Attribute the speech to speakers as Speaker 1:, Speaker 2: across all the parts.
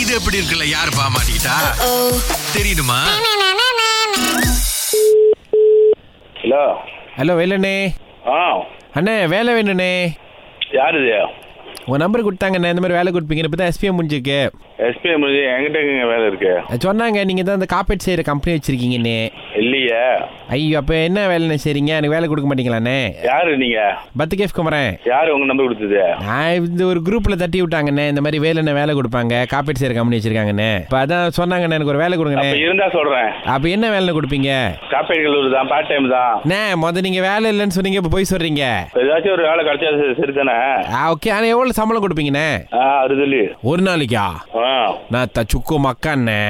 Speaker 1: இது எப்படி இருக்குல்ல யாரு பாமாட்டா தெரியுமா
Speaker 2: ஹலோ
Speaker 3: ஹலோ வேலண்ணே
Speaker 2: ஆ
Speaker 3: அண்ணே வேலை வேணுண்ணே
Speaker 2: யார் இது
Speaker 3: உங்கள் நம்பர் கொடுத்தாங்கண்ணே இந்த மாதிரி வேலை கொடுப்பீங்கன்னு இப்போ தான் எஸ்பிஎம் முடிஞ்சிருக்கு
Speaker 2: எஸ்பிஐ முடிஞ்சு எங்கிட்ட எங்க வேலை இருக்கு
Speaker 3: சொன்னாங்க நீங்கள் தான் அந்த காப்பீட் செய்கிற கம்பெனி வச்சுருக்கீங்கண்ணே
Speaker 2: இல்லையே
Speaker 3: ஐயோ அப்போ என்ன வேலைண்ணே செய்றீங்க எனக்கு வேலை கொடுக்க மாட்டீங்களாண்ணே
Speaker 2: யாரு நீங்க
Speaker 3: பத்துகேஃப் குமரன்
Speaker 2: யாரு உங்க நம்பர் கொடுத்தது
Speaker 3: நான் இந்த ஒரு குரூப்பில் தட்டி விட்டாங்கண்ணே இந்த மாதிரி வேலை வேலை கொடுப்பாங்க காப்பீட் செய்கிற கம்பெனி வச்சுருக்காங்கண்ணே இப்போ அதான் சொன்னாங்கண்ணே எனக்கு ஒரு வேலை கொடுங்கண்ணே
Speaker 2: அப்ப இருந்தா சொல்றேன்
Speaker 3: அப்போ என்ன வேலை கொடுப்பீங்க
Speaker 2: காப்பீடு கல்லூரி தான் பார்ட் டைம் தான்
Speaker 3: அண்ணே மொதல் நீங்கள் வேலை இல்லைன்னு சொன்னீங்க இப்போ போய் சொல்கிறீங்க
Speaker 2: ஏதாச்சும் ஒரு வேலை கிடைச்சா சரி- சரிதானே
Speaker 3: ஆ ஓகே ஆனால் எவ்வளோ சம்பளம் கொடுப்பீங்கண்ணே
Speaker 2: ஆ அறுதலி
Speaker 3: ஒரு நாளைக்கா
Speaker 2: ஆ
Speaker 3: நான் தச்சுக்கோ மக்காண்ணே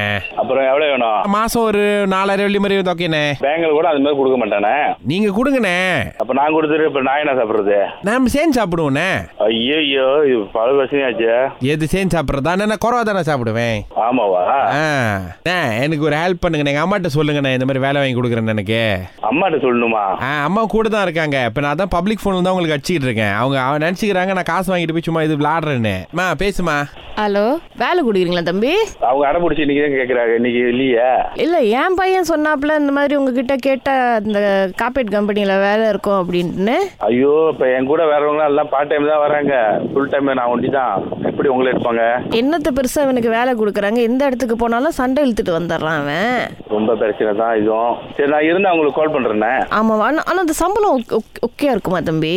Speaker 2: அப்புறம் எவ்வளவு வேணும்
Speaker 3: மாசம் ஒரு நாலாயிரம் வெள்ளி மாதிரி ஓகேண்ணே
Speaker 2: பேங்கில் கூட அது மாதிரி கொடுக்க மாட்டானே
Speaker 3: நீங்க கொடுங்கண்ணே
Speaker 2: அப்ப நான் கொடுத்துட்டு இப்ப நான் என்ன சாப்பிடுறது
Speaker 3: நாம சேர்ந்து சாப்பிடுவோண்ணே
Speaker 2: ஐயோ இது பல பிரச்சனையாச்சு
Speaker 3: எது சேர்ந்து சாப்பிட்றதா நான் குறவா தானே சாப்பிடுவேன்
Speaker 2: ஆமாவா
Speaker 3: ஆ அண்ணே, எனக்கு ஒரு ஹெல்ப் பண்ணுங்கண்ணே எங்கள் அம்மாட்ட சொல்லுங்கண்ணே இந்த மாதிரி வேலை வாங்கி கொடுக்குறேன்னு எனக்கு
Speaker 2: அம்மாட்ட சொல்லணுமா
Speaker 3: ஆ அம்மா கூட தான் இருக்காங்க இப்போ நான் தான் பப்ளிக் ஃபோன் தான் உங்களுக்கு அடிச்சிக்கிட்டு இருக்கேன் அவங்க அவன் நினச்சிக்கிறாங்க நான் காசு வாங்கிட்டு போய் சும்மா இது விளாடுறேன்னு அம்மா பேசுமா
Speaker 4: ஹலோ வேலை கொடுக்குறீங்களா தம்பி
Speaker 2: அவங்க அடைப்பிடிச்சி இன்னைக்கு தான் கேட்குறாங்க இன்னைக்கு இல்லையே
Speaker 4: இல்லை என் பையன் சொன்னாப்புல இந்த மாதிரி உங்ககிட்ட கேட்ட இந்த காப்பீட் கம்பெனியில் வேலை இருக்கும் அப்படின்ட்டு
Speaker 2: ஐயோ இப்ப என் கூட வேறவங்களாம் எல்லாம் பார்ட் டைம் தான் வராங்க ஃபுல் டைம் நான் ஒண்டி தான் எப்படி உங்களை எடுப்பாங்க
Speaker 4: என்னத்தை பெருசாக இவனுக்கு வேலை கொடுக்குறாங்க எந்த இடத்துக்கு போனாலும் சண்டை இழுத்துட்டு வந்துடுறான் அவன்
Speaker 2: ரொம்ப பிரச்சனை தான் இதுவும் சரி நான் இருந்தா உங்களுக்கு கால் பண்றேனே
Speaker 4: ஆமாம் ஆனால் ஆனால் அந்த சம்பளம் ஓக்- ஓக்- ஓகேயா இருக்குமா தம்பி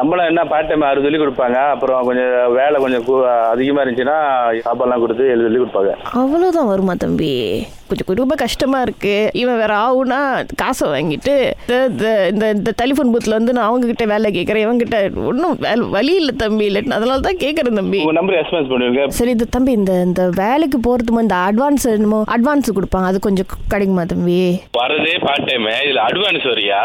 Speaker 2: நம்மளும் என்ன பார்ட் டைம் ஆறு சொல்லி கொடுப்பாங்க அப்புறம் கொஞ்சம் வேலை கொஞ்சம் கூ- அதிகமா இருந்துச்சுன்னா சாப்பாடுலாம் கொடுத்து எழுதி சொல்லி கொடுப்பாங்க
Speaker 4: அவ்வளோதான் வருமா தம்பி கொஞ்சம் கொஞ்சம் ரொம்ப கஷ்டமாக இருக்குது இவன் வேற ஆகுனா காசை வாங்கிட்டு இந்த- இந்த- இந்த இந்த டெலிஃபோன் பூத்தில் வந்து நான் அவங்கக்கிட்ட வேலை கேட்குறேன் இவங்ககிட்ட ஒன்றும் வேலை வழி இல்லை தம்பி இல்லைன்னு அதனால தான் கேட்குறேன் தம்பி
Speaker 2: உங்க நம்பர் எக்ஸ்பென்ஸ் பண்ணுவீங்க
Speaker 4: சரி இது தம்பி இந்த இந்த வேலைக்கு போகிறதுக்கு இந்த அட்வான்ஸ் என்னமோ அட்வான்ஸ் கொடுப்பாங்க அது கொஞ்சம் கு- கிடைக்குமா தம்பி
Speaker 2: வரதே பார்ட் டைம் இதுல அட்வான்ஸ் வரியா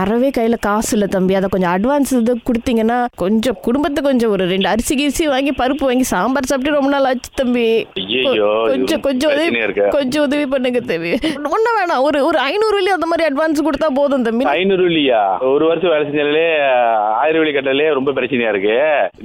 Speaker 4: அறவே கையில் காசு இல்லை தம்பி அதை கொஞ்சம் அட்வான்ஸ் இது கொடுத்தீங்கன்னா கொஞ்சம் குடும்பத்தை கொஞ்சம் ஒரு ரெண்டு அரிசி கிரிசி வாங்கி பருப்பு வாங்கி சாம்பார் சாப்பிட்டு ரொம்ப நாள் ஆச்சு தம்பி
Speaker 2: ஐயையோ,
Speaker 4: கொ-
Speaker 2: இது
Speaker 4: கொஞ்சம் கொஞ்சம் உதவி
Speaker 2: பிரச்சனையா இருக்கே.
Speaker 4: கொஞ்சம் உதவி பண்ணுங்க தம்பி ஒன்றும் வேணாம் ஒரு ஒரு ஐநூறு வழி அந்த மாதிரி அட்வான்ஸ் கொடுத்தா போதும் தம்பி
Speaker 2: ஐநூறு இல்லையா ஒரு வருஷம் வேலை செஞ்சாலே ஆயிரம் வழி கட்டாலே ரொம்ப பிரச்சனையா இருக்கு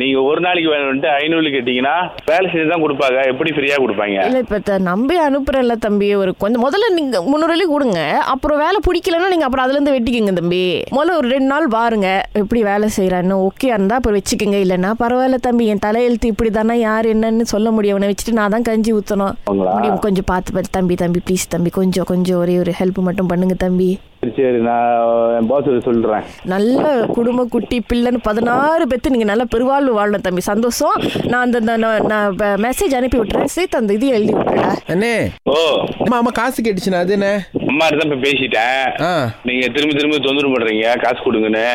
Speaker 2: நீங்க ஒரு நாளைக்கு வேணும்ட்டு ஐநூறு கேட்டீங்கன்னா வேலை செஞ்சு தான் கொடுப்பாங்க எப்படி ஃப்ரீயா கொடுப்பாங்க
Speaker 4: இல்லை இப்போ த நம்பி அனுப்புறேன்ல தம்பி ஒரு கொஞ்சம் முதல்ல நீங்கள் முந்நூறுலி கொடுங்க அப்புறம் வேலை பிடிக்கலன்னா நீங்கள் அப்புறம் அதுலேருந்து வெட்டிக்கங்க தம்பி முதல்ல ஒரு ரெண்டு நாள் பாருங்க எப்படி வேலை செய்கிறான்னு ஓகே இருந்தால் அப்புறம் வச்சுக்கோங்க இல்லைன்னா பரவாயில்ல தம்பி என் தலையெழுத்து இப்படி தானே யார் என்னன்னு சொல்ல முடியவனை வச்சுட்டு நான் தான் கஞ்சி ஊற்றணும்
Speaker 2: அவங்களா?
Speaker 4: முடியும் கொஞ்சம் பார்த்து பார்த்து தம்பி தம்பி ப்ளீஸ் தம்பி கொஞ்சம் கொஞ்சம் ஒரே ஒரு ஹெல்ப் மட்டும் பண்ணுங்க தம்பி
Speaker 2: சரி, சரி நான் என் பாஸ் சொல்றேன்
Speaker 4: நல்ல குடும்ப குட்டி பிள்ளைன்னு பதினாறு பேத்து நீங்கள் நல்ல பெருவாழ்வு வாழணும் தம்பி சந்தோஷம் நான் அந்த அந்த- நான்- நான் மெசேஜ் அனுப்பி விட்டுறேன் சேர்த்து அந்த இது எழுதி விட்டுறேன்
Speaker 3: அண்ணே
Speaker 2: ஓ
Speaker 3: அம்மா அம்மா காசு கேட்டுச்சுண்ணா அது என்ன
Speaker 2: அம்மா தான் இப்ப பேசிட்டேன்
Speaker 3: ஆ
Speaker 2: நீங்க திரும்ப திரும்ப தொந்தரவு பண்றீங்க காசு கொடுங்கன்னு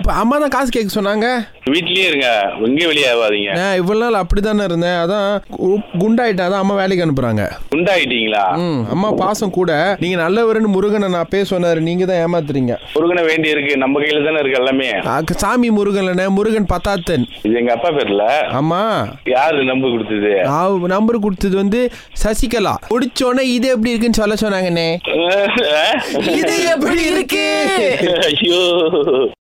Speaker 3: இப்போ அம்மா தான் காசு கேட்க சொன்னாங்க
Speaker 2: வீட்லயே இருங்க எங்கேயும் வெளியே ஆகாதீங்க
Speaker 3: நான் இவ்வளோ நாள் அப்படி தானே இருந்தேன் அதான் கு- குண்டாயிட்டா தான் அம்மா வேலைக்கு அனுப்புகிறாங்க
Speaker 2: குண்டாயிட்டீங்களா
Speaker 3: ம் அம்மா பாசம் கூட நீங்க நல்லவருன்னு முருகனை நான் பேச சொன்னாரு நீங்க தான் ஏமாத்துறீங்க
Speaker 2: முருகனை வேண்டி இருக்கு நம்ம கையில தானே இருக்கு எல்லாமே
Speaker 3: ஆ, க- சாமி முருகன்லண்ணே முருகன் பத்தாத்தன்
Speaker 2: இது எங்க அப்பா பேர்ல
Speaker 3: ஆமா
Speaker 2: யாரு நம்ப கொடுத்தது
Speaker 3: நான் நம்பர் கொடுத்தது வந்து சசிகலா முடிச்சோடனே இது எப்படி இருக்குன்னு சொல்ல சொன்னாங்கண்ணே இது எப்படி இருக்கு
Speaker 2: ஐயோ